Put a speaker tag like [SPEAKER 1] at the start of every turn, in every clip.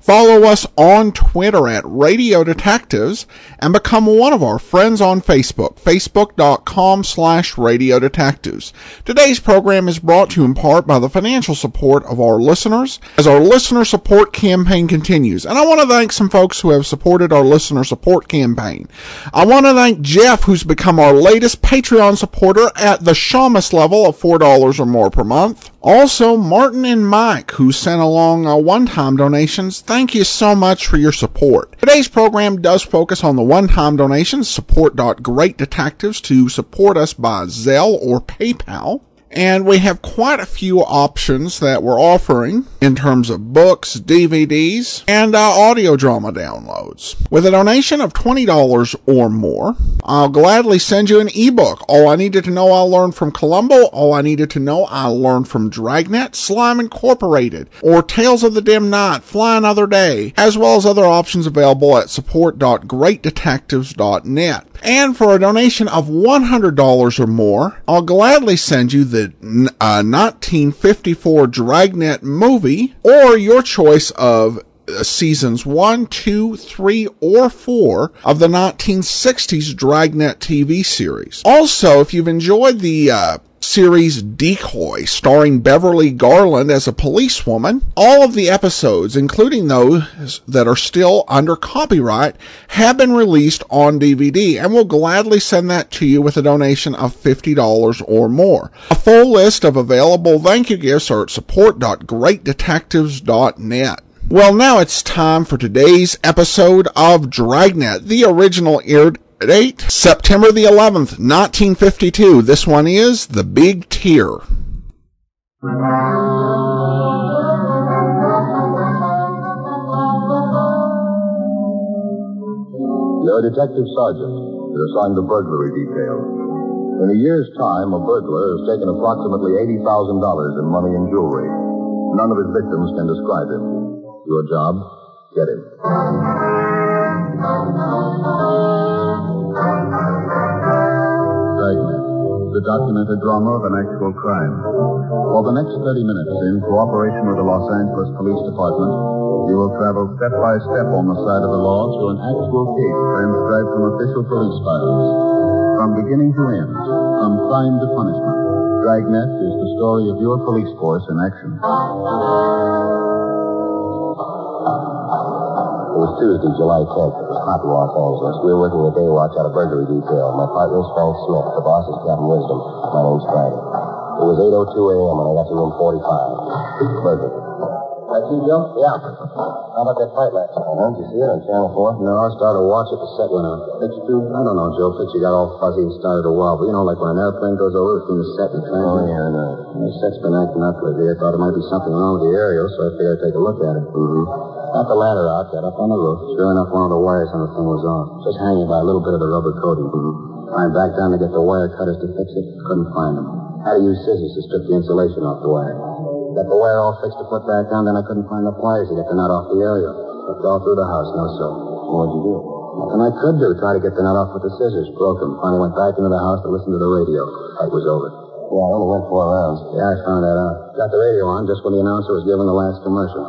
[SPEAKER 1] Follow us on Twitter at Radio Detectives and become one of our friends on Facebook, facebook.com slash Radio Detectives. Today's program is brought to you in part by the financial support of our listeners as our listener support campaign continues. And I want to thank some folks who have supported our listener support campaign. I want to thank Jeff, who's become our latest Patreon supporter at the Shamus level of $4 or more per month. Also, Martin and Mike, who sent along uh, one time donations, thank you so much for your support. Today's program does focus on the one time donations, support.greatdetectives to support us by Zelle or PayPal. And we have quite a few options that we're offering in terms of books, DVDs, and uh, audio drama downloads. With a donation of $20 or more, I'll gladly send you an ebook. All I needed to know I learned from Columbo. All I needed to know I learned from Dragnet, Slime Incorporated, or Tales of the Dim Night, Fly Another Day, as well as other options available at support.greatdetectives.net. And for a donation of $100 or more, I'll gladly send you the uh, 1954 Dragnet movie or your choice of uh, seasons 1, 2, 3, or 4 of the 1960s Dragnet TV series. Also, if you've enjoyed the uh, series Decoy, starring Beverly Garland as a policewoman, all of the episodes, including those that are still under copyright, have been released on DVD, and we'll gladly send that to you with a donation of $50 or more. A full list of available thank you gifts are at support.greatdetectives.net. Well, now it's time for today's episode of Dragnet, the original aired date, September the 11th, 1952. This one is The Big Tear.
[SPEAKER 2] You're a detective sergeant. You're assigned to burglary detail. In a year's time, a burglar has taken approximately $80,000 in money and jewelry. None of his victims can describe him. Your job? Get him. Dragnet, the documented drama of an actual crime. For the next 30 minutes, in cooperation with the Los Angeles Police Department, you will travel step by step on the side of the law to an actual case transcribed from official police files. From beginning to end, from crime to punishment, Dragnet is the story of your police force in action. It was Tuesday, July 10th. It was hot in Los Angeles. We were working a day watch out of burglary detail. My partner's Frank Smith. The boss is Captain Wisdom. My name's Friday. It was 8.02 a.m. when I got to room 45. Burglary. That you, Joe? Yeah. How about that fight last night, huh? Did you see it on Channel 4? No, I started to watch it. The set went out. It's true. I don't know, Joe. Fitzy got all fuzzy and started to wobble. You know, like when an airplane goes over between the set and the train. Oh, yeah, I know. The set's been acting up lately. I thought it might be something wrong with the aerial, so I figured I'd take a look at it. Mm-hmm. Got the ladder out, got up on the roof. Sure enough, one of the wires on Mm-hmm. the thing was off. Just hanging by a little bit of the rubber coating. Climbed back down to get the wire cutters to fix it. Couldn't find them. Had to use scissors to strip the insulation off the wire. Got the wire all fixed to put back on, then I couldn't find the pliers to get the nut off the aerial. Looked all through the house, no soap. What'd you do? Nothing I could do. Try to get the nut off with the scissors. Broke them. Finally went back into the house to listen to the radio. Fight was over. Yeah, I only went four rounds. Yeah, I found that out. Got the radio on just when the announcer was giving the last commercial.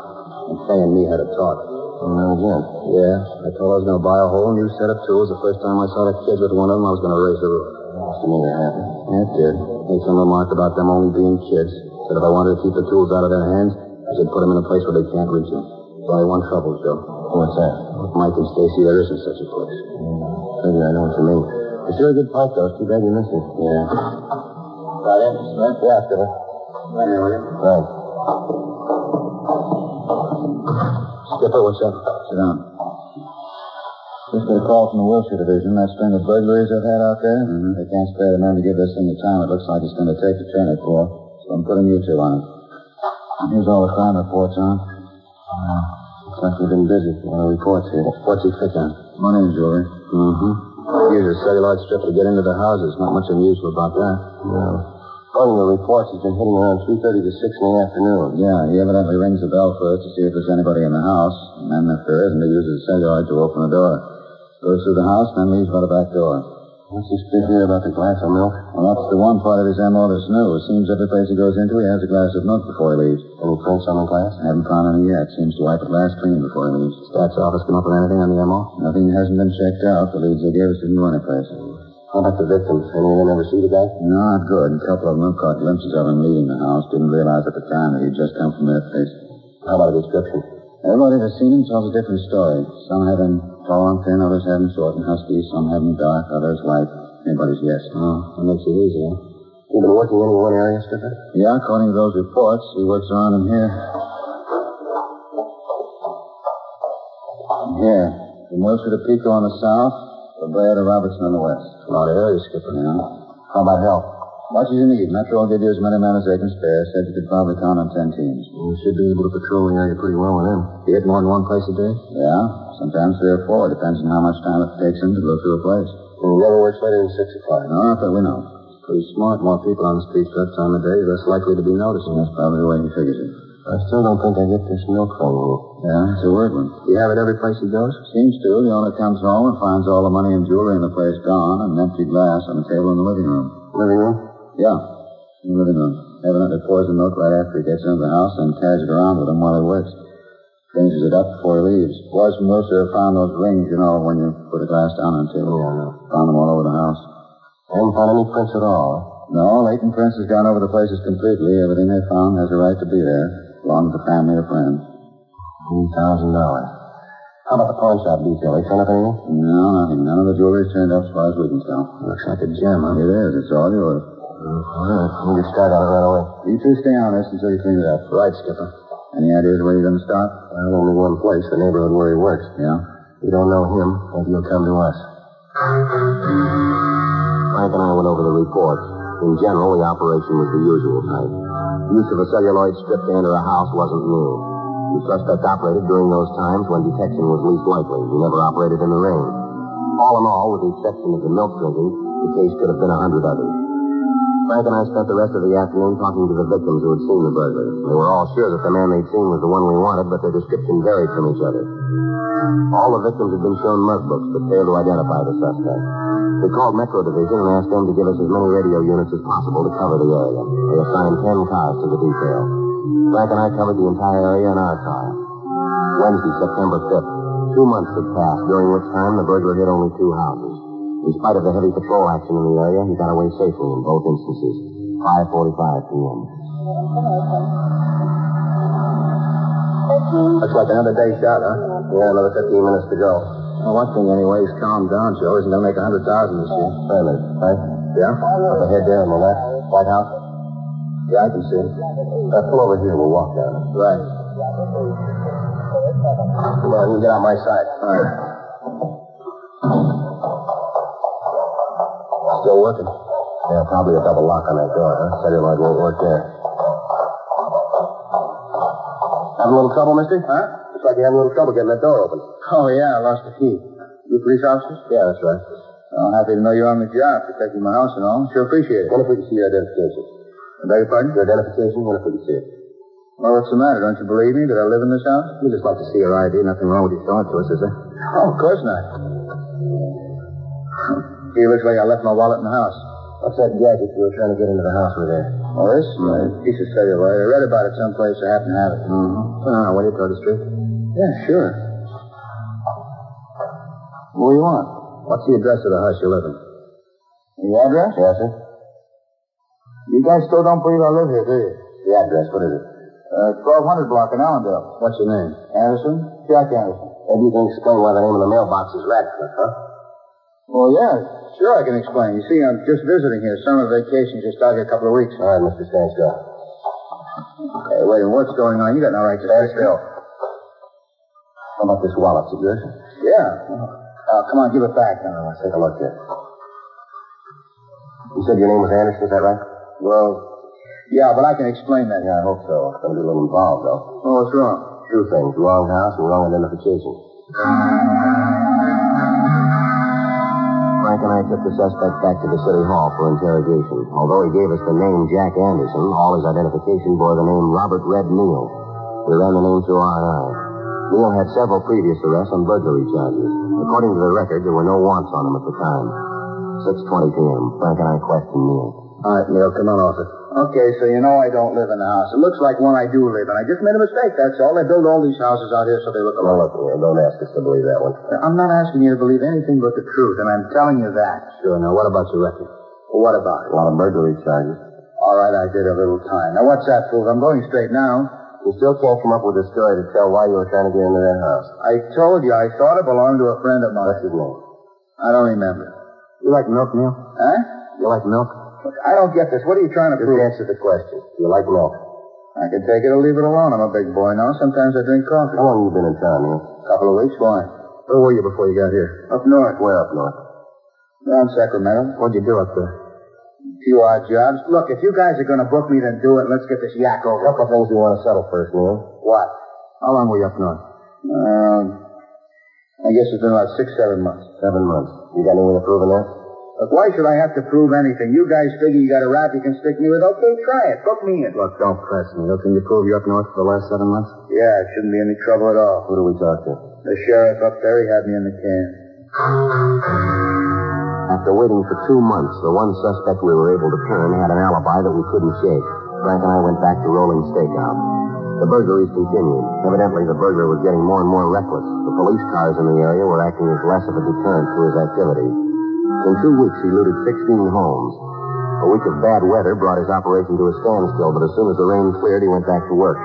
[SPEAKER 2] And Fay and me had a talk. Oh, now again? Yeah. I told her I was going to buy a whole new set of tools. The first time I saw the kids with one of them, I was going to raise the roof. You mean it happened? Yeah, it did. Made some remark about them only being kids. Said if I wanted to keep the tools out of their hands, I should put them in a place where they can't reach them. There's only one trouble, Joe. What's that? With Mike and Stacy, there isn't such a place. Maybe I know what you mean. It's sure a good fight, though. It's too bad you missed it. Yeah. Got it? Yeah, Skipper. Right here, will you? Right. Skipper, what's up? Sit down. Just got a call from the Wilshire Division. That string of burglaries they've had out there. Mm-hmm. They can't spare the men to give this thing the time. It looks like it's going to take the train at four. So I'm putting you two on it. Here's all the crime reports, huh? looks like you've been busy. A lot of reports here. What's he pick on? Money and jewelry. Mm-hmm. Use a celluloid strip to get into the houses. Not much unusual about that. No. According to reports, he's been hitting around 3.30 to 6 in the afternoon.
[SPEAKER 3] Yeah, he evidently rings the bell first to see if there's anybody in the house, and then if there isn't, he uses the celluloid to open the door. Goes through the house, then leaves by the back door.
[SPEAKER 2] What's this bit here about the glass of milk?
[SPEAKER 3] Well, that's the one part of his M.O. that's new. It seems every place he goes into, he has a glass of milk before he leaves.
[SPEAKER 2] Any prints on the glass?
[SPEAKER 3] I haven't found any yet. Seems to wipe the glass clean before he leaves.
[SPEAKER 2] Stats office come up with anything on the MO?
[SPEAKER 3] Nothing hasn't been checked out. The leads they gave us didn't go anyplace.
[SPEAKER 2] How about the victims? Any of them ever see the guy?
[SPEAKER 3] Not good. A couple of them caught glimpses of him leaving the house. Didn't realize at the time that he'd just come from that place.
[SPEAKER 2] How about a description?
[SPEAKER 3] Everybody that's seen him tells a different story. Some have him tall and thin, others have him short and husky, some have him dark, others light. Anybody's guess.
[SPEAKER 2] Oh, that makes it easy, huh? You been working in any one area, Skipper?
[SPEAKER 3] Yeah, according to those reports, he works around in here. In Here. He moves to Pico on the south, from Brea to Robertson on the west.
[SPEAKER 2] A lot of areas, Skipper.
[SPEAKER 3] Yeah.
[SPEAKER 2] How about help?
[SPEAKER 3] Much as you need. Metro will give you as many men as they can spare. Said you could probably count on ten teams.
[SPEAKER 2] You should be able to patrol the area pretty well with him. You hit more than one place a day?
[SPEAKER 3] Yeah. Sometimes three or four. Depends on how much time it takes him to go through a place.
[SPEAKER 2] And he never works later than 6 o'clock.
[SPEAKER 3] No, not that we know.
[SPEAKER 2] Pretty smart. More people on the streets that time of day, less likely to be noticed.
[SPEAKER 3] And that's probably the way he figures it.
[SPEAKER 2] I still don't think I get this milk phone rule.
[SPEAKER 3] Yeah, it's a weird one.
[SPEAKER 2] You have it every place he goes?
[SPEAKER 3] Seems to. The owner comes home and finds all the money and jewelry in the place gone and an empty glass on the table in the living room.
[SPEAKER 2] Living room?
[SPEAKER 3] Yeah. In the living room. Evidently pours the milk right after he gets into the house and carries it around with him while he works. Finishes it up before he leaves. Boys from Wilshire have found those rings, you know, when you put a glass down on the table.
[SPEAKER 2] Yeah, I know.
[SPEAKER 3] Found them all over the house.
[SPEAKER 2] I haven't found any prints at all.
[SPEAKER 3] No, Leighton Prince has gone over the places completely. Everything they found has a right to be there. Belongs to family or friends.
[SPEAKER 2] $1,000. How about the pawn shop detail? They turn up anything?
[SPEAKER 3] No, nothing. None of the jewelry's turned up as far as we can tell.
[SPEAKER 2] Looks like a gem, huh?
[SPEAKER 3] It is. It's all yours.
[SPEAKER 2] All right. We'll get started on it right away.
[SPEAKER 3] You two stay on this until you clean it up.
[SPEAKER 2] Right, Skipper.
[SPEAKER 3] Any ideas where you're going to start?
[SPEAKER 2] Well, only one place, the neighborhood where he works.
[SPEAKER 3] Yeah.
[SPEAKER 2] We don't know him. Maybe he'll come to us. Frank and I went over the report. In general, the operation was the usual type. Use of a celluloid strip to enter a house wasn't new. The suspect operated during those times when detection was least likely. He never operated in the rain. All in all, with the exception of the milk drinking, the case could have been a hundred others. Frank and I spent the rest of the afternoon talking to the victims who had seen the burglar. They were all sure that the man they'd seen was the one we wanted, but their description varied from each other. All the victims had been shown mugbooks, but failed to identify the suspect. We called Metro Division and asked them to give us as many radio units as possible to cover the area. They assigned ten cars to the detail. Frank and I covered the entire area in our car. Wednesday, September 5th. Two months had passed, during which time the burglar hit only two houses. In spite of the heavy patrol action in the area, he got away safely in both instances. 5.45 p.m. Looks like another day shot, huh? Yeah, another 15 minutes to go.
[SPEAKER 3] Well, one thing anyway is calm down, Joe. Isn't going to make a hundred thousand this year.
[SPEAKER 2] Wait a minute, right?
[SPEAKER 3] Yeah?
[SPEAKER 2] Up ahead there on the left, White House.
[SPEAKER 3] Yeah, I can see it.
[SPEAKER 2] Uh, pull over here, we'll walk down. it.
[SPEAKER 3] Right.
[SPEAKER 2] Come on, you get on my side.
[SPEAKER 3] All right.
[SPEAKER 2] Still working. Yeah, probably a double lock on that door, huh? Celluloid won't work there. Having a little trouble, mister?
[SPEAKER 3] Huh?
[SPEAKER 2] Looks like you're having a little trouble getting that door open.
[SPEAKER 3] Oh, yeah, I lost the key. You police officers?
[SPEAKER 2] Yeah, that's right.
[SPEAKER 3] Oh, happy to know you're on the job, protecting my house and all. Sure appreciate it.
[SPEAKER 2] What if we can see your identification?
[SPEAKER 3] I beg your pardon?
[SPEAKER 2] Your identification? What if we can see it?
[SPEAKER 3] Well, what's the matter? Don't you believe me that I live in this house?
[SPEAKER 2] We'd just like to see your ID. Nothing wrong with you showing it to us, is there?
[SPEAKER 3] Oh, of course not. Gee, looks like I left my wallet in the house.
[SPEAKER 2] What's that gadget you were trying to get into the house with there?
[SPEAKER 3] Oh, this? A piece of celluloid. I read about it someplace. I happen to have it.
[SPEAKER 2] Mm-hmm. Ah, what do you throw the street?
[SPEAKER 3] Yeah, sure. What do you want?
[SPEAKER 2] What's the address of the house you live in?
[SPEAKER 3] The address?
[SPEAKER 2] Yes, sir.
[SPEAKER 3] You guys still don't believe I live here, do you?
[SPEAKER 2] The address, what is it?
[SPEAKER 3] Uh, 1200 block in Allendale.
[SPEAKER 2] What's your name?
[SPEAKER 3] Anderson? Jack Anderson.
[SPEAKER 2] Maybe you can explain why the name of the mailbox is Ratcliffe, huh?
[SPEAKER 3] Well, yeah, sure I can explain. You see, I'm just visiting here. Summer vacation, just out here a couple of weeks.
[SPEAKER 2] All right, Mr. Stansfield.
[SPEAKER 3] Hey, wait, what's going on? You got no right to
[SPEAKER 2] Stand still. How about this wallet? Is it yours?
[SPEAKER 3] Yeah. Oh, come on, give it back. No, no, I
[SPEAKER 2] Let's take a look here. You said your name was Anderson, is that right?
[SPEAKER 3] Well, yeah, but I can explain that.
[SPEAKER 2] Yeah, I hope so. It's going to be a little involved, though.
[SPEAKER 3] Oh, what's wrong?
[SPEAKER 2] Two things. Wrong house and wrong identification. Frank Mike and I took the suspect back to the city hall for interrogation. Although he gave us the name Jack Anderson, all his identification bore the name Robert Red Neal. We ran the name through our eyes. Neal had several previous arrests on burglary charges. According to the record, there were no wants on him at the time. 6.20 p.m., Frank and I questioned Neal.
[SPEAKER 3] All right, Neil, come on off it. Okay, so you know I don't live in the house. It looks like one I do live in. I just made a mistake, that's all. They build all these houses out here so they look
[SPEAKER 2] Now,
[SPEAKER 3] alike.
[SPEAKER 2] look, Neal, don't ask us to believe that one.
[SPEAKER 3] I'm not asking you to believe anything but the truth, and I'm telling you that.
[SPEAKER 2] Sure, now what about your record?
[SPEAKER 3] Well, what about
[SPEAKER 2] A
[SPEAKER 3] it?
[SPEAKER 2] lot of burglary charges.
[SPEAKER 3] All right, I did a little time. Now, what's that, fool? I'm going straight now.
[SPEAKER 2] You still can't come up with a story to tell why you were trying to get into that house.
[SPEAKER 3] I told you I thought it belonged to a friend of
[SPEAKER 2] What's
[SPEAKER 3] mine.
[SPEAKER 2] his name?
[SPEAKER 3] I don't remember.
[SPEAKER 2] You like milk, Neil?
[SPEAKER 3] Huh?
[SPEAKER 2] You like milk?
[SPEAKER 3] Look, I don't get this. What are you trying to
[SPEAKER 2] Just
[SPEAKER 3] prove?
[SPEAKER 2] answer the question. You like milk?
[SPEAKER 3] I can take it or leave it alone. I'm a big boy now. Sometimes I drink coffee.
[SPEAKER 2] How long you been in town, Neil?
[SPEAKER 3] a couple of weeks. Why?
[SPEAKER 2] Where were you before you got here?
[SPEAKER 3] Up north.
[SPEAKER 2] Where up north?
[SPEAKER 3] Down Sacramento.
[SPEAKER 2] What'd you do up there?
[SPEAKER 3] few odd jobs. Look, if you guys are going to book me, then do it. Let's get this yak
[SPEAKER 2] A
[SPEAKER 3] over.
[SPEAKER 2] couple of things we want to settle first, Neil.
[SPEAKER 3] What?
[SPEAKER 2] How long were you up north?
[SPEAKER 3] Um, I guess it's been about six, seven months.
[SPEAKER 2] Seven months. You got anything to prove in that?
[SPEAKER 3] Look, why should I have to prove anything? You guys figure you got a rap you can stick me with? Okay, try it. Book me in.
[SPEAKER 2] Look, don't press me. Can you prove you're up north for the last seven months?
[SPEAKER 3] Yeah, it shouldn't be any trouble at all.
[SPEAKER 2] Who do we talk to?
[SPEAKER 3] The sheriff up there, he had me in the can.
[SPEAKER 2] After waiting for two months, the one suspect we were able to pin had an alibi that we couldn't shake. Frank and I went back to rolling stakeout. The burglaries continued. Evidently, the burglar was getting more and more reckless. The police cars in the area were acting as less of a deterrent to his activities. In two weeks, he looted 16 homes. A week of bad weather brought his operation to a standstill, but as soon as the rain cleared, he went back to work.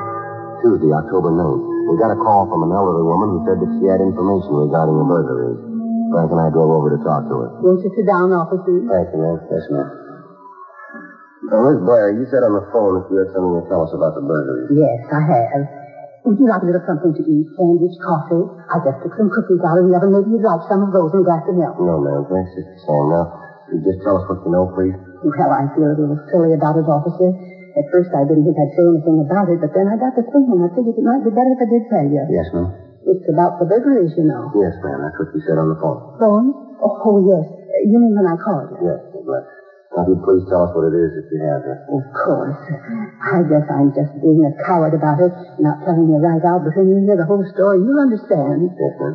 [SPEAKER 2] Tuesday, October 9th, we got a call from an elderly woman who said that she had information regarding the burglaries. Frank and I drove over to talk to her.
[SPEAKER 4] Won't you sit down, officer?
[SPEAKER 2] Thank you, ma'am. Yes, ma'am. Now, Miss Blair, you said on the phone that you had something to tell us about the burglary.
[SPEAKER 4] Yes, I have. Would you like a little something to eat? Sandwich, coffee? I just took some cookies out of the oven. Maybe you'd like some of those and a glass of milk.
[SPEAKER 2] No, ma'am. Thanks, Sister Sam. Now, you just tell us what you know, please.
[SPEAKER 4] Well, I feel a little silly about it, officer. At first I didn't think I'd say anything about it, but then I got to thinking. I figured it might be better if I did tell you.
[SPEAKER 2] Yes, ma'am.
[SPEAKER 4] It's about the burglaries, you know.
[SPEAKER 2] Yes, ma'am. That's what you said on the phone.
[SPEAKER 4] Phone? Oh, oh, yes. Uh, You mean when I called you?
[SPEAKER 2] Yes, Miss Blair. Now, if you'd please tell us what it is that you have here.
[SPEAKER 4] Of course. I guess I'm just being a coward about it, not telling you right out, but when you hear the whole story, you'll understand.
[SPEAKER 2] Yes, ma'am.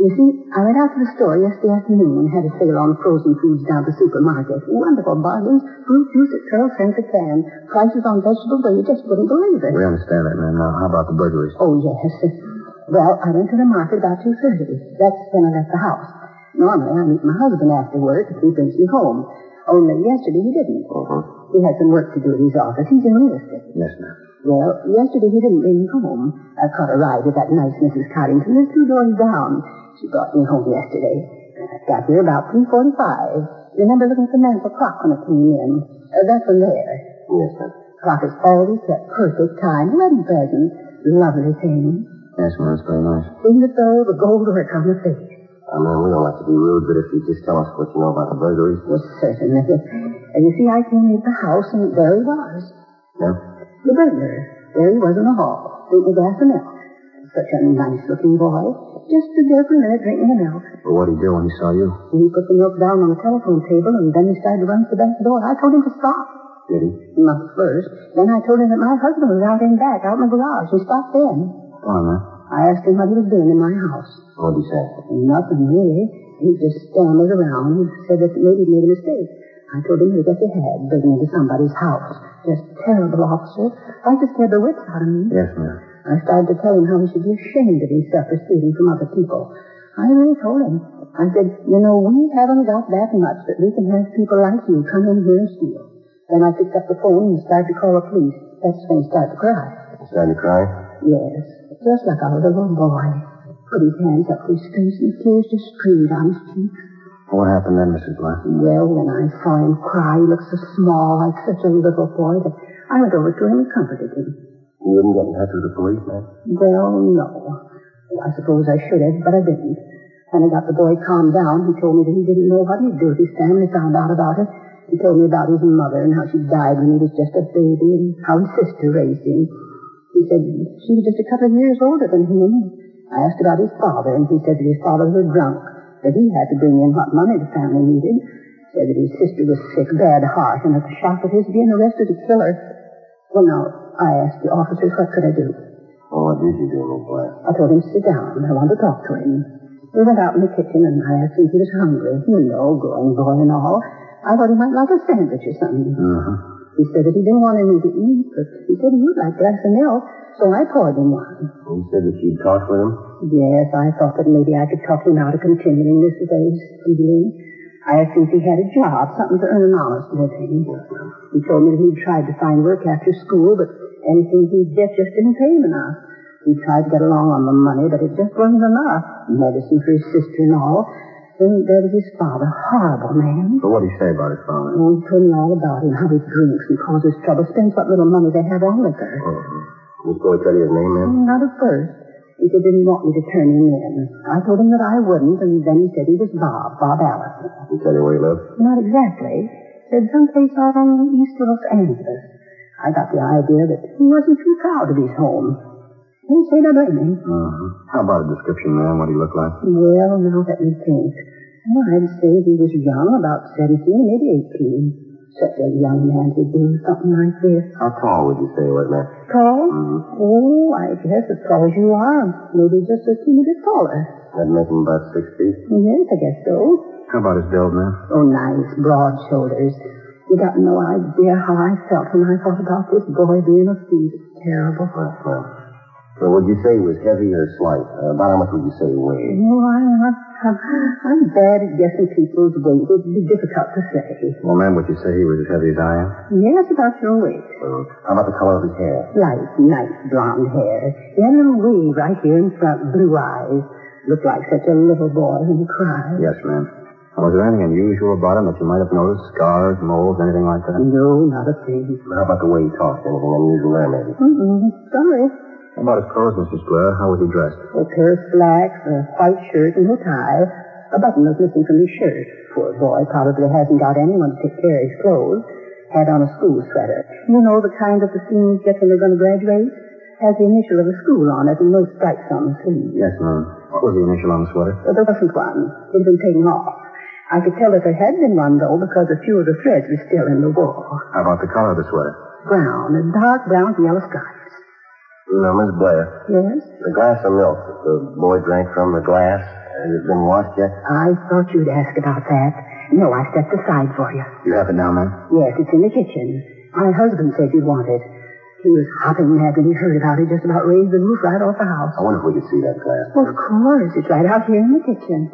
[SPEAKER 4] You see, I went out to the store yesterday afternoon and had a sale on frozen foods down at the supermarket. Wonderful bargains. Fruit juice at 12 cents a can. Prices on vegetables where you just wouldn't believe it.
[SPEAKER 2] understand that, ma'am. Now, how about the burglaries?
[SPEAKER 4] Oh, yes. Well, I went to the market about 2.30. That's when I left the house. Normally, I meet my husband after work if he brings me home. Only yesterday he didn't.
[SPEAKER 2] Uh-huh.
[SPEAKER 4] He had some work to do at his office. He's in real estate.
[SPEAKER 2] Yes, ma'am.
[SPEAKER 4] Well, yesterday he didn't bring me home. I caught a ride with that nice Mrs. Coddington. There's two doors down. She brought me home yesterday. I got here about 3.45. Remember looking at the mantel clock when I came in. Uh, that's from there.
[SPEAKER 2] Yes, ma'am.
[SPEAKER 4] Clock is always at perfect time. Wedding present. Lovely thing.
[SPEAKER 2] Yes, ma'am. That's very nice.
[SPEAKER 4] In the though, the gold work on the face.
[SPEAKER 2] Uh, ma'am, we don't like to be rude, but if you just tell us what you know about the burglaries.
[SPEAKER 4] Well, certainly. And you see, I came into the house and there he was.
[SPEAKER 2] Yeah?
[SPEAKER 4] The burglar. There he was in the hall, drinking a glass of milk. Such a nice looking boy. Just stood there for a minute drinking the milk.
[SPEAKER 2] Well, what'd he do when he saw you?
[SPEAKER 4] And he put the milk down on the telephone table and then he started to run to the back door. I told him to stop.
[SPEAKER 2] Did he?
[SPEAKER 4] Not at first. Then I told him that my husband was out in back, out in the garage. He stopped then.
[SPEAKER 2] Go on, ma'am.
[SPEAKER 4] I asked him what he was doing in my house.
[SPEAKER 2] What'd he say?
[SPEAKER 4] Nothing really. He just stammered around and said that maybe he made a mistake. I told him that he had, breaking into somebody's house. Just terrible, officer. I just scared the wits out of me.
[SPEAKER 2] Yes, ma'am.
[SPEAKER 4] I started to tell him how he should be ashamed of himself for stealing from other people. I really told him. I said, you know, we haven't got that much that we can have people like you come in here and steal. Then I picked up the phone and started to call the police. That's when he started to cry.
[SPEAKER 2] You starting to cry?
[SPEAKER 4] Yes, just like a little boy. Put his hands up to his face and tears just streamed down his cheeks.
[SPEAKER 2] What happened then, Mrs. Black?
[SPEAKER 4] Well, when I saw him cry, he looked so small, like such a little boy, that I went over to him and comforted him.
[SPEAKER 2] You didn't get in touch with the police, ma'am?
[SPEAKER 4] Well, no. I suppose I should have, but I didn't. When I got the boy calmed down, he told me that he didn't know what he'd do if his family found out about it. He told me about his mother and how she died when he was just a baby and how his sister raised him. He said she was just a couple of years older than him. I asked about his father, and he said that his father was a drunk. that he had to bring in what money the family needed. Said that his sister was sick, bad heart, and at the shock of his being arrested to kill her. Well, now, I asked the officers what could I do.
[SPEAKER 2] Oh, what did you do, old boy?
[SPEAKER 4] I told him to sit down. I wanted to talk to him. We went out in the kitchen, and I asked him if he was hungry. You know, growing boy and all. I thought he might like a sandwich or something.
[SPEAKER 2] Uh-huh.
[SPEAKER 4] He said that he didn't want any to eat, but he said he would like a glass of milk, so I poured him one.
[SPEAKER 2] He said that you'd talked with him?
[SPEAKER 4] Yes, I thought that maybe I could talk him out of continuing this day's evening. I asked him if he had a job, something to earn an honest living. He told me that he'd tried to find work after school, but anything he'd get just didn't pay him enough. He tried to get along on the money, but it just wasn't enough. Medicine for his sister and all. Then there was his father, horrible man.
[SPEAKER 2] So what did he say about his father?
[SPEAKER 4] Oh, he told me all about him, how he drinks and causes trouble, spends what little money they have on liquor.
[SPEAKER 2] Uh-huh. He's going to tell you his name then?
[SPEAKER 4] Not at first. He said, didn't want me to turn him in. I told him that I wouldn't, and then he said he was Bob, Bob Allison.
[SPEAKER 2] He tell you where he lives?
[SPEAKER 4] Not exactly. Said someplace out on the east of Los Angeles. I got the idea that he wasn't too proud of his home. Didn't say that blame him.
[SPEAKER 2] Uh-huh. How about a description, man? What he looked like?
[SPEAKER 4] Well, now let me think. Well, I'd say he was young, about 17, maybe 18. Such a young man to do something like this.
[SPEAKER 2] How tall would you say he was, man?
[SPEAKER 4] Tall?
[SPEAKER 2] Mhm.
[SPEAKER 4] Oh, I guess as tall as you are. Maybe just a teeny bit taller.
[SPEAKER 2] That'd make him about six feet.
[SPEAKER 4] Yes, I guess so.
[SPEAKER 2] How about his build, man?
[SPEAKER 4] Oh, nice, broad shoulders. You got no idea how I felt when I thought about this boy being a thief. Terrible.
[SPEAKER 2] Well, well. So would you say he was heavy or slight? Uh, about how much would you say he weighed?
[SPEAKER 4] No, I'm not. I'm, I'm bad at guessing people's weight. It'd be difficult to say.
[SPEAKER 2] Well, ma'am, would you say he was as heavy as I am?
[SPEAKER 4] Yes, about your weight.
[SPEAKER 2] Well, how about the color of his hair?
[SPEAKER 4] Light, nice blonde hair. He had a little wave right here in front, blue eyes. Looked like such a little boy when he cried.
[SPEAKER 2] Yes, ma'am. Now, was there anything unusual about him that you might have noticed? Scars, moles, anything like that?
[SPEAKER 4] No, not a thing.
[SPEAKER 2] How about the way he talked? Anything unusual there, maybe?
[SPEAKER 4] Mm-mm, sorry.
[SPEAKER 2] How about his clothes, Mrs. Blair? How was he dressed?
[SPEAKER 4] A pair of slacks, a white shirt, and no tie. A button was missing from his shirt. Poor boy probably hasn't got anyone to take care of his clothes. Had on a school sweater. You know the kind that the seniors get when they're going to graduate? Has the initial of the school on it and no stripes on the sleeve.
[SPEAKER 2] Yes, ma'am. What was the initial on the sweater?
[SPEAKER 4] But there wasn't one. It had been taken off. I could tell that there had been one, though, because a few of the threads were still in the wall.
[SPEAKER 2] How about the color of the sweater?
[SPEAKER 4] Brown, a dark brown with yellow stripes.
[SPEAKER 2] Now, Miss Blair,
[SPEAKER 4] Yes?
[SPEAKER 2] the glass of milk that the boy drank from, the glass, has it been washed yet?
[SPEAKER 4] I thought you'd ask about that. No, I stepped aside for you.
[SPEAKER 2] You have it now, ma'am?
[SPEAKER 4] Yes, it's in the kitchen. My husband said you'd want it. He was hopping mad when he heard about it, just about raised the roof right off the house.
[SPEAKER 2] I wonder if we could see that glass.
[SPEAKER 4] Well, Oh, of course, it's right out here in the kitchen.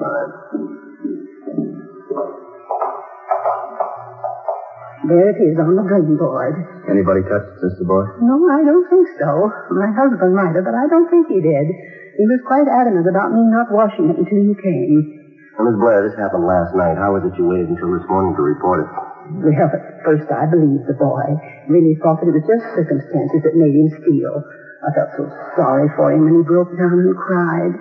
[SPEAKER 4] There it is on the green board.
[SPEAKER 2] Anybody touched it since the boy?
[SPEAKER 4] No, I don't think so. My husband might have, but I don't think he did. He was quite adamant about me not washing it until you came.
[SPEAKER 2] Now, Miss Blair, this happened last night. How was it you waited until this morning to report it?
[SPEAKER 4] Well, at first I believed the boy. Really thought that it was just circumstances that made him steal. I felt so sorry for him when he broke down and cried.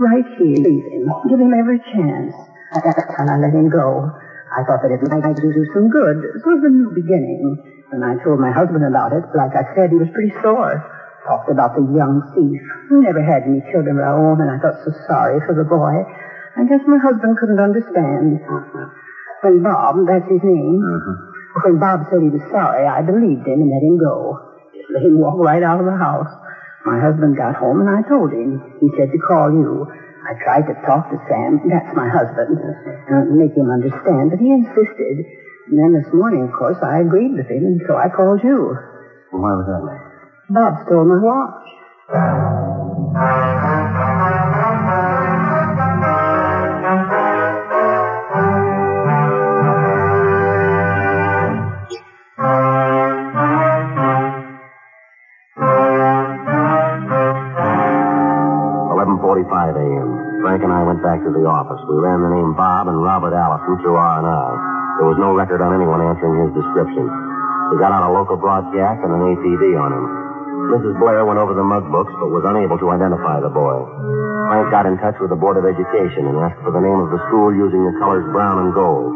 [SPEAKER 4] Right here, leave him. Give him every chance. At that time I let him go. I thought that it might do you some good. It was a new beginning. When I told my husband about it, like I said, he was pretty sore. Talked about the young thief. We never had any children of our own, and I felt so sorry for the boy. I guess my husband couldn't understand. When Bob, that's his name, when Bob said he was sorry, I believed him and let him go. Just let him walk right out of the house. My husband got home and I told him. He said to call you. I tried to talk to Sam, that's my husband, and make him understand, but he insisted. And then this morning, of course, I agreed with him, so I called you.
[SPEAKER 2] Well, why was that, ma'am?
[SPEAKER 4] Bob stole my watch.
[SPEAKER 2] Eleven forty-five a.m. Frank and I went back to the office. We ran the name Bob and Robert Allison through R and R. There was no record on anyone answering his description. We got out a local broadcast and an APD on him. Mrs. Blair went over the mug books, but was unable to identify the boy. Frank got in touch with the Board of Education and asked for the name of the school using the colors brown and gold.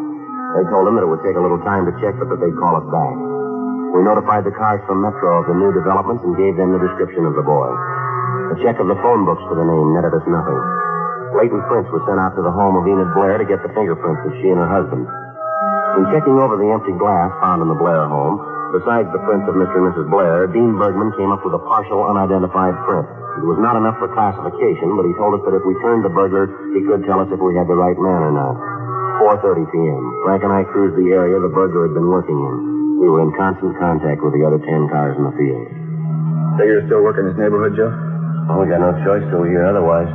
[SPEAKER 2] They told him that it would take a little time to check, but that they'd call us back. We notified the cars from Metro of the new developments and gave them the description of the boy. A check of the phone books for the name netted us nothing. Leighton Prince was sent out to the home of Enid Blair to get the fingerprints of she and her husband. In checking over the empty glass found in the Blair home, besides the prints of Mr. and Mrs. Blair, Dean Bergman came up with a partial unidentified print. It was not enough for classification, but he told us that if we turned the burglar, he could tell us if we had the right man or not. 4.30 p.m. Frank and I cruised the area the burglar had been working in. We were in constant contact with the other ten cars in the field.
[SPEAKER 3] Say you're still working this neighborhood, Joe?
[SPEAKER 2] Well, we got no choice till we hear otherwise.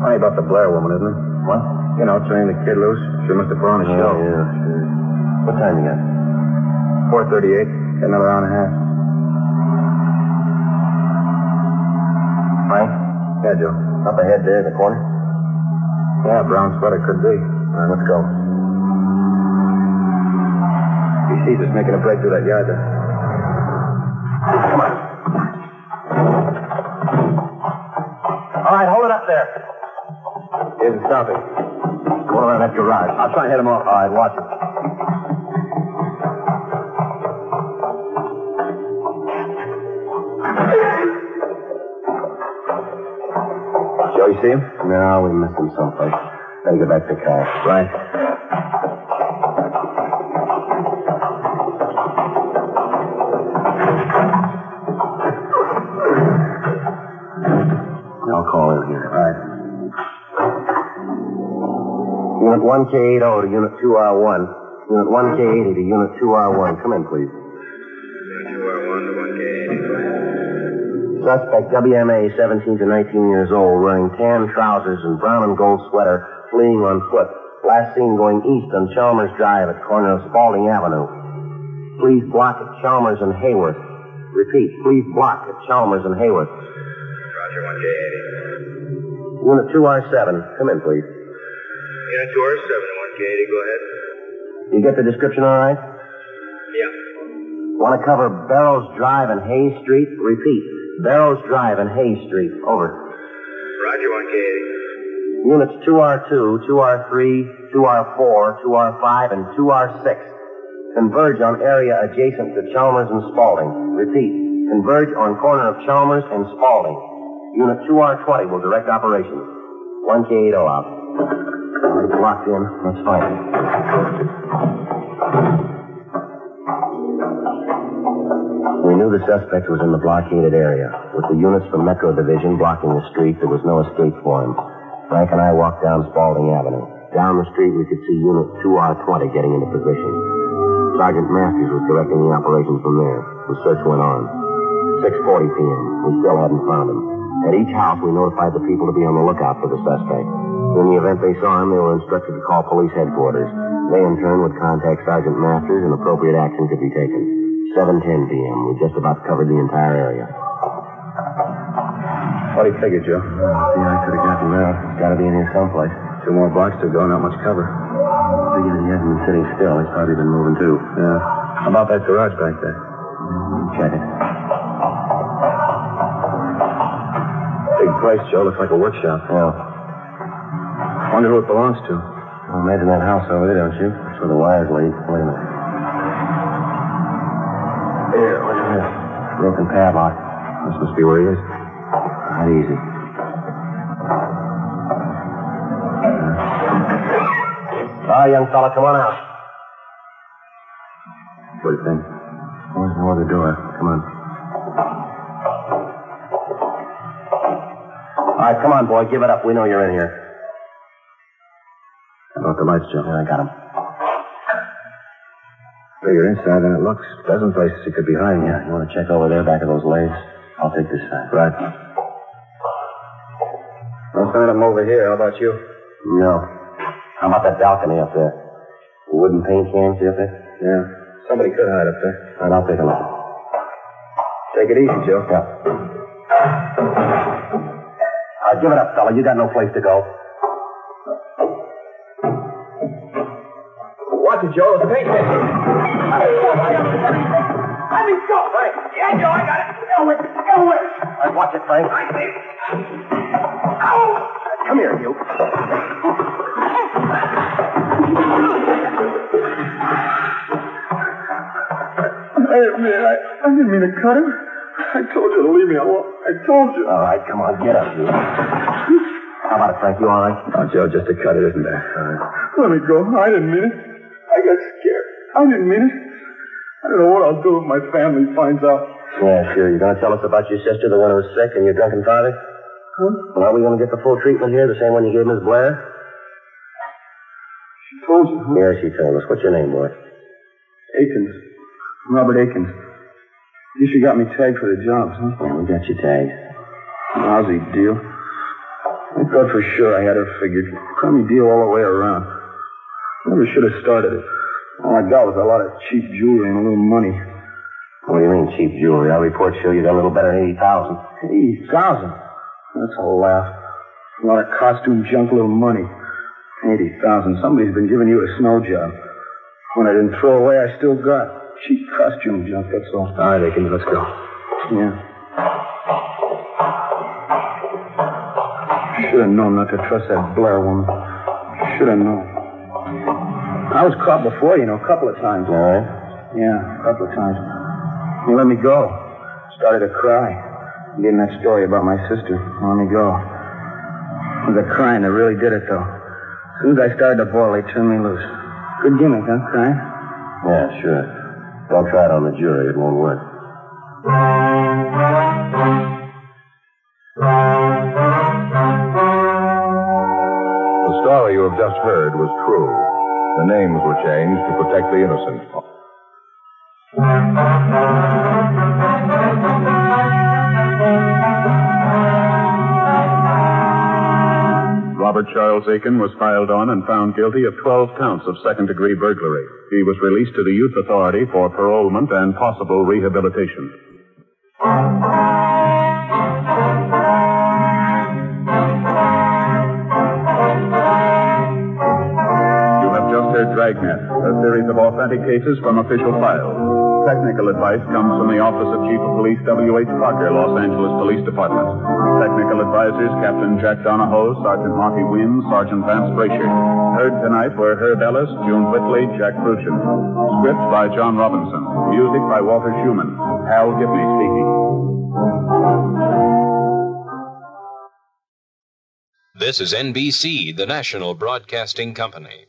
[SPEAKER 3] Funny about the Blair woman, isn't it?
[SPEAKER 2] What? Oh,
[SPEAKER 3] You know, turning the kid loose. She must have put on a show.
[SPEAKER 2] yeah, sure. What time you got?
[SPEAKER 3] 438. Got another hour and a half.
[SPEAKER 2] Frank?
[SPEAKER 3] Yeah, Joe.
[SPEAKER 2] Up ahead there in the corner?
[SPEAKER 3] Yeah, brown sweater could be.
[SPEAKER 2] All right, let's go.
[SPEAKER 3] He sees us making a break through that yard there.
[SPEAKER 2] All right, hold it up there.
[SPEAKER 3] Isn't stopping.
[SPEAKER 2] Go around that garage.
[SPEAKER 3] I'll try and hit him off.
[SPEAKER 2] All right, watch it.
[SPEAKER 3] Joe, you see him?
[SPEAKER 2] No, we missed him someplace. Gotta get back to the car.
[SPEAKER 3] Right.
[SPEAKER 2] I'll call in here.
[SPEAKER 3] All right.
[SPEAKER 2] Unit 1K80 to Unit 2R1. Unit 1K80 to Unit 2R1. Come in, please.
[SPEAKER 3] 2R1 to 1K.
[SPEAKER 2] Suspect WMA, 17 to 19 years old, wearing tan trousers and brown and gold sweater, fleeing on foot. Last seen going east on Chalmers Drive at corner of Spaulding Avenue. Please block at Chalmers and Hayworth. Repeat, please block at Chalmers and Hayworth.
[SPEAKER 3] Roger, 1K80.
[SPEAKER 2] Unit 2R7, come in, please.
[SPEAKER 3] Unit 2R7 to 1K80, go ahead.
[SPEAKER 2] You get the description all right?
[SPEAKER 3] Yeah.
[SPEAKER 2] Want to cover Barrows Drive and Hay Street? Repeat, Barrows Drive and Hay Street. Over.
[SPEAKER 3] Roger, 1K80.
[SPEAKER 2] Units 2R2, 2R3, 2R4, 2R5, and 2R6 converge on area adjacent to Chalmers and Spaulding. Repeat, converge on corner of Chalmers and Spaulding. Unit 2R20 will direct operations. 1K80 out. All right, oh Locked in. Let's find it. We knew the suspect was in the blockaded area. With the units from Metro Division blocking the street, there was no escape for him. Frank and I walked down Spaulding Avenue. Down the street, we could see Unit 2R20 getting into position. Sergeant Matthews was directing the operation from there. The search went on. 6.40 p.m. We still hadn't found him. At each house, we notified the people to be on the lookout for the suspect. In the event they saw him, they were instructed to call police headquarters. They, in turn, would contact Sergeant Masters and appropriate action could be taken. 7.10 p.m. We just about covered the entire area.
[SPEAKER 3] What do you figure, Joe?
[SPEAKER 2] yeah, I could have gotten out. Got to be in here someplace.
[SPEAKER 3] Two more blocks to go, not much cover.
[SPEAKER 2] Figure that he hasn't been sitting still. He's probably been moving too.
[SPEAKER 3] Yeah. How about that garage back there?
[SPEAKER 2] Check it.
[SPEAKER 3] Big place, Joe. Looks like a workshop.
[SPEAKER 2] Yeah.
[SPEAKER 3] Wonder who it belongs to.
[SPEAKER 2] I imagine that house over there, don't you? That's where the wires lead. Wait a minute. Here, look at this. Broken padlock.
[SPEAKER 3] This must be where he is.
[SPEAKER 2] Not easy. Ah, young fella, come on out.
[SPEAKER 3] What do you think?
[SPEAKER 2] There's no other door. Come on. All right, come on, boy. Give it up. We know you're in here.
[SPEAKER 3] How about the lights, Joe?
[SPEAKER 2] Yeah, I got him.
[SPEAKER 3] Bigger inside than it looks. Dozen places he could be hiding.
[SPEAKER 2] Yeah, you want to check over there, back of those legs? I'll take this side.
[SPEAKER 3] Right. Don't send him over here. How about you?
[SPEAKER 2] No. How about that balcony up there? The wooden paint cans you up there?
[SPEAKER 3] Yeah. Somebody could hide up there.
[SPEAKER 2] All right, I'll take a look.
[SPEAKER 3] Take it easy, Joe.
[SPEAKER 2] Yeah. All right, Uh, give it up, fella. You got no place to go.
[SPEAKER 3] Watch it, Joe. It's a paint
[SPEAKER 5] Let me go, Frank. Yeah, Joe, I got it. Get away. Get away.
[SPEAKER 2] All right, watch it, Frank.
[SPEAKER 5] I see. Ow!
[SPEAKER 2] Come here, you.
[SPEAKER 6] I didn't mean to cut him. I told you to leave me alone. I told you.
[SPEAKER 2] All right, come on, get up, you. How about it, Frank? You all right? Oh, Joe, just a cut, isn't there?
[SPEAKER 6] Let me go. I didn't mean it. I got scared. I didn't mean it. I don't know what I'll do if my family finds out.
[SPEAKER 2] Yeah, sure. You're going to tell us about your sister, the one who was sick, and your drunken father? Well, are we going to get the full treatment here, the same one you gave Miss Blair?
[SPEAKER 6] She told you, huh?
[SPEAKER 2] Yeah, she told us. What's your name, boy?
[SPEAKER 6] Mm-hmm. Akins. Robert Akins. You should got me tagged for the jobs, huh?
[SPEAKER 2] Yeah, we got you tagged.
[SPEAKER 6] Lousy deal. I thought for sure I had her figured. Crummy deal all the way around. Never should have started it. All I got was a lot of cheap jewelry and a little money.
[SPEAKER 2] What do Oh, you mean, cheap jewelry? Our reports show you got a little better than 80000
[SPEAKER 6] Eighty thousand. That's a laugh. A lot of costume junk, little money. Eighty thousand. Somebody's been giving you a snow job. When I didn't throw away, I still got cheap costume junk. That's all.
[SPEAKER 2] All right, Akins, let's go.
[SPEAKER 6] Yeah. Should have known not to trust that Blair woman. Should have known. I was caught before, you know, a couple of times.
[SPEAKER 2] All right.
[SPEAKER 6] Yeah, a couple of times. He let me go. Started to cry. Getting that story about my sister. Let me go. It was the crying that really did it, though. As soon as I started to boil, they turned me loose. Good gimmick, huh, crying?
[SPEAKER 2] Yeah, sure. Don't try it on the jury. It won't work.
[SPEAKER 7] The story you have just heard was true. The names were changed to protect the innocent. Robert Charles Aiken was filed on and found guilty of 12 counts of second degree burglary. He was released to the Youth Authority for parolement and possible rehabilitation. You have just heard Dragnet, a series of authentic cases from official files. Technical advice comes from the Office of Chief of Police W.H. Parker, Los Angeles Police Department. Technical advisors Captain Jack Donahoe, Sergeant Marky Wynn, Sergeant Vance Frazier. Heard tonight were Herb Ellis, June Whitley, Jack Crucian. Script by John Robinson. Music by Walter Schumann. Hal Gibney speaking.
[SPEAKER 8] This is NBC, the national broadcasting company.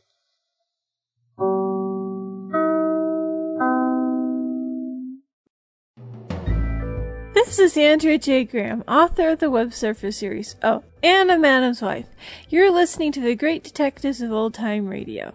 [SPEAKER 9] This is Andrea J. Graham, author of the Web Surfer series. Oh, and a Madam's Wife. You're listening to the great detectives of old time radio.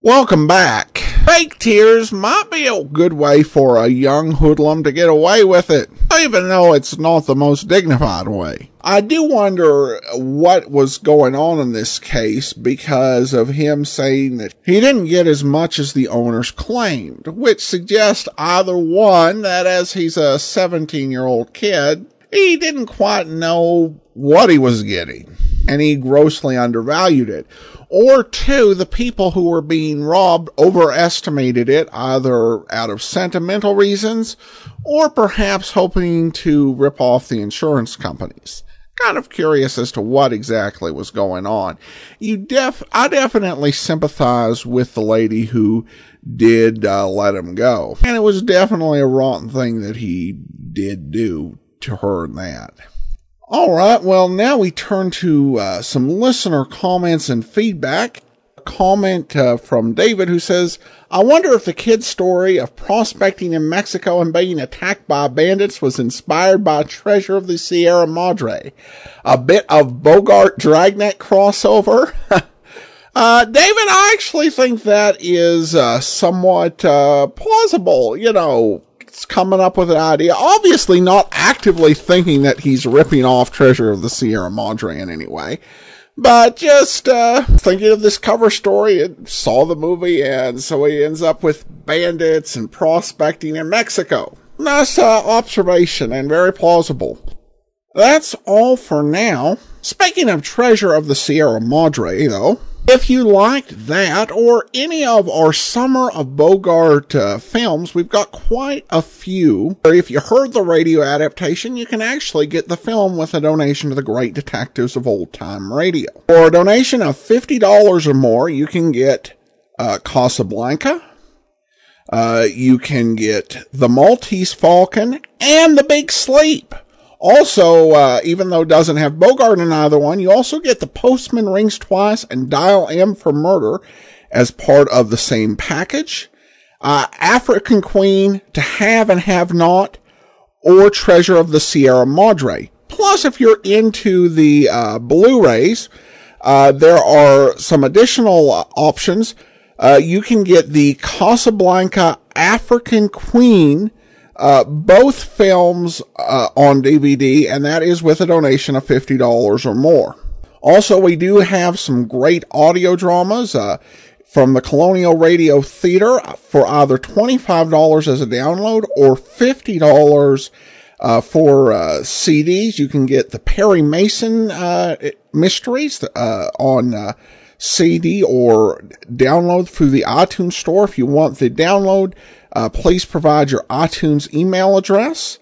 [SPEAKER 1] Welcome back. Fake tears might be a good way for a young hoodlum to get away with it, even though it's not the most dignified way. I do wonder what was going on in this case because of him saying that he didn't get as much as the owners claimed, which suggests either one that as he's a 17 year old kid, he didn't quite know what he was getting and he grossly undervalued it. Or two, the people who were being robbed overestimated it either out of sentimental reasons or perhaps hoping to rip off the insurance companies. Kind of curious as to what exactly was going on. You def, I definitely sympathize with the lady who did uh, let him go. And it was definitely a rotten thing that he did do to her in that. All right. Well, now we turn to uh, some listener comments and feedback. A comment uh, from David who says, I wonder if the kid's story of prospecting in Mexico and being attacked by bandits was inspired by Treasure of the Sierra Madre. A bit of Bogart Dragnet crossover. Uh, David, I actually think that is uh, somewhat uh, plausible. You know, it's coming up with an idea. Obviously, not actively thinking that he's ripping off Treasure of the Sierra Madre in any way, but just uh, thinking of this cover story and saw the movie, and so he ends up with bandits and prospecting in Mexico. Nice uh, observation and very plausible. That's all for now. Speaking of Treasure of the Sierra Madre, though, if you liked that or any of our Summer of Bogart uh, films, we've got quite a few. Or if you heard the radio adaptation, you can actually get the film with a donation to the Great Detectives of Old Time Radio. For a donation of $50 or more, you can get uh, Casablanca, Uh, you can get the Maltese Falcon and the Big Sleep. Also, uh, even though it doesn't have Bogart in either one, you also get the Postman Rings Twice and Dial M for Murder as part of the same package. Uh, African Queen to Have and Have Not or Treasure of the Sierra Madre. Plus, if you're into the uh, Blu-rays, uh, there are some additional uh, options. Uh, you can get the Casablanca African Queen, uh, both films uh, on DVD, and that is with a donation of $50 or more. Also, we do have some great audio dramas uh, from the Colonial Radio Theater for either $25 as a download or $50 uh, for uh, CDs. You can get the Perry Mason uh, mysteries uh, on uh, CD or download through the iTunes store. If you want the download, uh, please provide your iTunes email address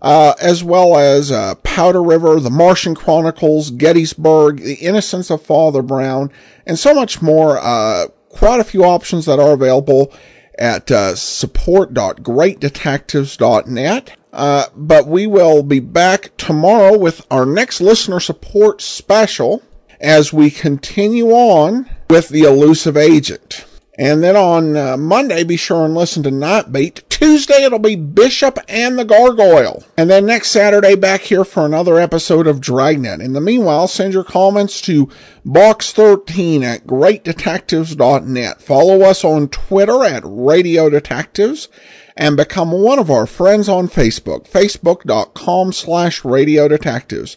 [SPEAKER 1] uh, as well as uh, Powder River, The Martian Chronicles, Gettysburg, The Innocence of Father Brown, and so much more. Uh, quite a few options that are available at uh, support.greatdetectives.net. Uh, but we will be back tomorrow with our next listener support special as we continue on with The Elusive Agent. And then on uh, Monday, be sure and listen to Nightbeat. Tuesday, it'll be Bishop and the Gargoyle. And then next Saturday, back here for another episode of Dragnet. In the meanwhile, send your comments to box13 at greatdetectives.net. Follow us on Twitter at Radio Detectives and become one of our friends on Facebook, facebook.com slash radio detectives.